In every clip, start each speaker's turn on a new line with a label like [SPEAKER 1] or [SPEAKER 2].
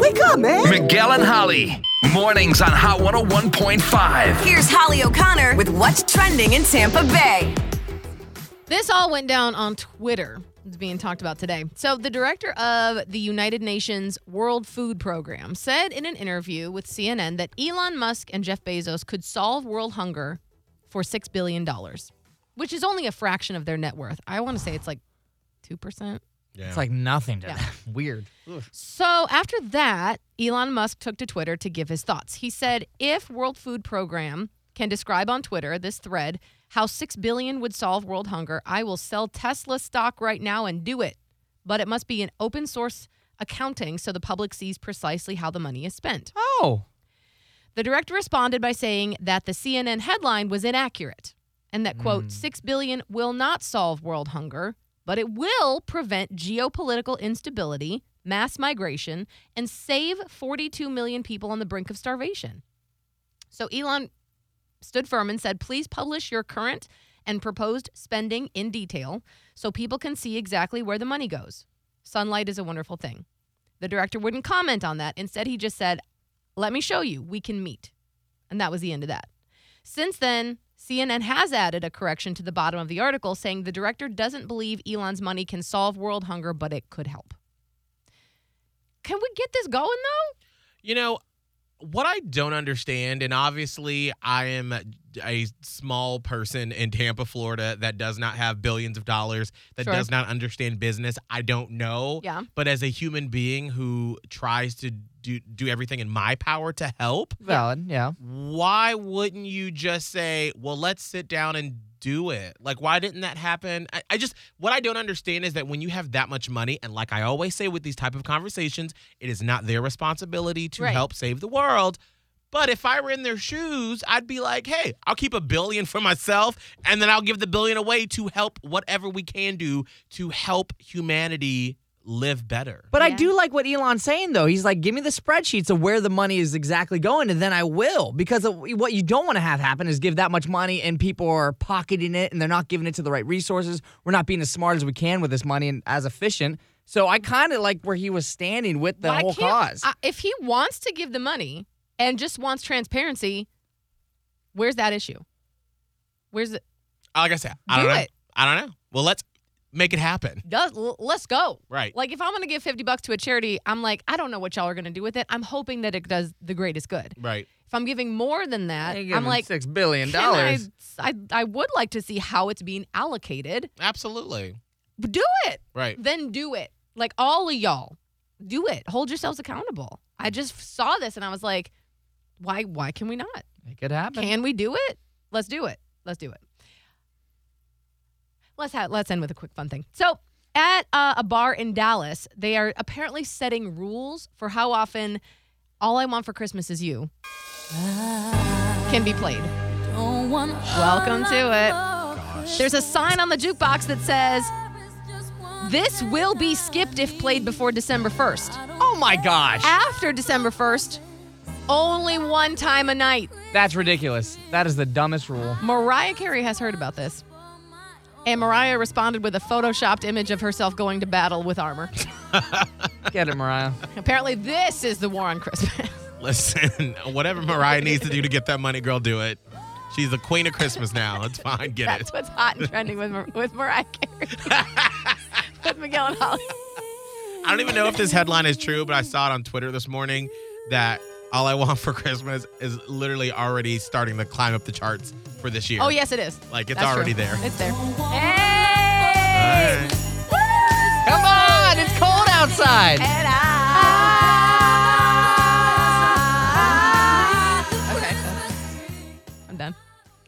[SPEAKER 1] Wake up, man.
[SPEAKER 2] Miguel and Holly. Mornings on Hot 101.5.
[SPEAKER 1] Here's Holly O'Connor with what's trending in Tampa Bay.
[SPEAKER 3] This all went down on Twitter. It's being talked about today. So, the director of the United Nations World Food Program said in an interview with CNN that Elon Musk and Jeff Bezos could solve world hunger for $6 billion, which is only a fraction of their net worth. I want to say it's like 2%.
[SPEAKER 4] It's like nothing to them. Weird.
[SPEAKER 3] So after that, Elon Musk took to Twitter to give his thoughts. He said, "If World Food Program can describe on Twitter this thread how 6 billion would solve world hunger, I will sell Tesla stock right now and do it. But it must be an open source accounting so the public sees precisely how the money is spent."
[SPEAKER 4] Oh.
[SPEAKER 3] The director responded by saying that the CNN headline was inaccurate and that, quote, 6 billion will not solve world hunger, but it will prevent geopolitical instability, mass migration, and save 42 million people on the brink of starvation. So Elon stood firm and said, please publish your current and proposed spending in detail so people can see exactly where the money goes. Sunlight is a wonderful thing. The director wouldn't comment on that. Instead, he just said, let me show you. We can meet. And that was the end of that. Since then, CNN has added a correction to the bottom of the article saying the director doesn't believe Elon's money can solve world hunger, but it could help. Can we get this going though?
[SPEAKER 5] You know, what I don't understand, and obviously I am a small person in Tampa, Florida, that does not have billions of dollars, that
[SPEAKER 3] Sure.
[SPEAKER 5] does not understand business. I don't know.
[SPEAKER 3] Yeah.
[SPEAKER 5] But as a human being who tries to do, do everything in my power to help,
[SPEAKER 4] Valid. Yeah.
[SPEAKER 5] why wouldn't you just say, well, let's sit down and do it? Like, why didn't that happen? I, I just, what I don't understand is that when you have that much money, and like I always say with these type of conversations, it is not their responsibility to
[SPEAKER 3] Right.
[SPEAKER 5] help save the world. But if I were in their shoes, I'd be like, hey, I'll keep a billion for myself, and then I'll give the billion away to help whatever we can do to help humanity live better.
[SPEAKER 4] But I
[SPEAKER 3] Yeah.
[SPEAKER 4] do like what Elon's saying, though. He's like, give me the spreadsheets of where the money is exactly going, and then I will. Because of- what you don't want to have happen is give that much money, and people are pocketing it, and they're not giving it to the right resources. We're not being as smart as we can with this money and as efficient. So I kind of like where he was standing with the
[SPEAKER 3] Why
[SPEAKER 4] whole
[SPEAKER 3] can't-
[SPEAKER 4] cause.
[SPEAKER 3] I- if he wants to give the money and just wants transparency, where's that issue? Where's it?
[SPEAKER 5] like I said, I
[SPEAKER 3] Do
[SPEAKER 5] don't know.
[SPEAKER 3] it.
[SPEAKER 5] I don't know. Well, let's make it happen.
[SPEAKER 3] Does, l- let's go.
[SPEAKER 5] Right.
[SPEAKER 3] Like if I'm gonna give 50 bucks to a charity, I'm like, I don't know what y'all are gonna do with it. I'm hoping that it does the greatest good.
[SPEAKER 5] Right.
[SPEAKER 3] If I'm giving more than that,
[SPEAKER 4] They give
[SPEAKER 3] I'm
[SPEAKER 4] him
[SPEAKER 3] like,
[SPEAKER 4] six billion
[SPEAKER 3] can I,
[SPEAKER 4] dollars.
[SPEAKER 3] I I would like to see how it's being allocated.
[SPEAKER 5] Absolutely.
[SPEAKER 3] Do it.
[SPEAKER 5] Right.
[SPEAKER 3] Then do it. Like all of y'all, do it. Hold yourselves accountable. I just saw this and I was like, why why can we not?
[SPEAKER 4] It could happen.
[SPEAKER 3] Can we do it? Let's do it. Let's do it. Let's have, let's end with a quick fun thing. So, at uh, a bar in Dallas, they are apparently setting rules for how often "All I Want for Christmas Is You" can be played. Welcome to it. There's a sign on the jukebox that says, "This will be skipped if played before December 1st."
[SPEAKER 4] Oh my gosh,
[SPEAKER 3] After December 1st, only one time a night.
[SPEAKER 4] that's ridiculous. That is the dumbest rule.
[SPEAKER 3] Mariah Carey has heard about this. And Mariah responded with a photoshopped image of herself going to battle with armor.
[SPEAKER 4] Get it, Mariah.
[SPEAKER 3] Apparently, this is the war on Christmas.
[SPEAKER 5] Listen, whatever Mariah needs to do to get that money, girl, do it. She's the queen of Christmas now. It's fine. Get it.
[SPEAKER 3] That's what's hot and trending with, Mar- with Mariah Carey. with Miguel and Holly.
[SPEAKER 5] I don't even know if this headline is true, but I saw it on Twitter this morning that all I want for Christmas is literally already starting to climb up the charts for this year.
[SPEAKER 3] Oh, yes, it is.
[SPEAKER 5] Like, it's
[SPEAKER 3] That's
[SPEAKER 5] already
[SPEAKER 3] true.
[SPEAKER 5] there.
[SPEAKER 3] It's there. Hey!
[SPEAKER 5] All right.
[SPEAKER 4] Come on, it's cold outside.
[SPEAKER 3] And I. Okay. I'm done.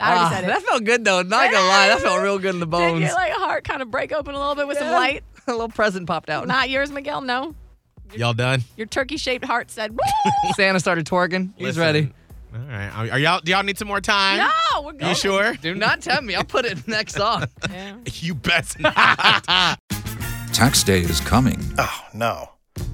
[SPEAKER 3] I already
[SPEAKER 4] Ah,
[SPEAKER 3] said it.
[SPEAKER 4] That felt good though. Not gonna lie, that felt real good in the
[SPEAKER 3] Did
[SPEAKER 4] bones.
[SPEAKER 3] your like, heart kind of break open a little bit with some light?
[SPEAKER 4] a little present popped out.
[SPEAKER 3] Not yours, Miguel. No.
[SPEAKER 5] Y'all done?
[SPEAKER 3] Your turkey shaped heart said, "Woo!"
[SPEAKER 4] Santa started twerking. He's
[SPEAKER 5] Listen.
[SPEAKER 4] ready.
[SPEAKER 5] All right. Are, are y'all? Do y'all need some more time?
[SPEAKER 3] No, we're good.
[SPEAKER 5] You sure?
[SPEAKER 4] Do not tempt me. I'll put it next on.
[SPEAKER 3] Yeah.
[SPEAKER 5] You best not.
[SPEAKER 6] Tax day is coming.
[SPEAKER 7] Oh, no.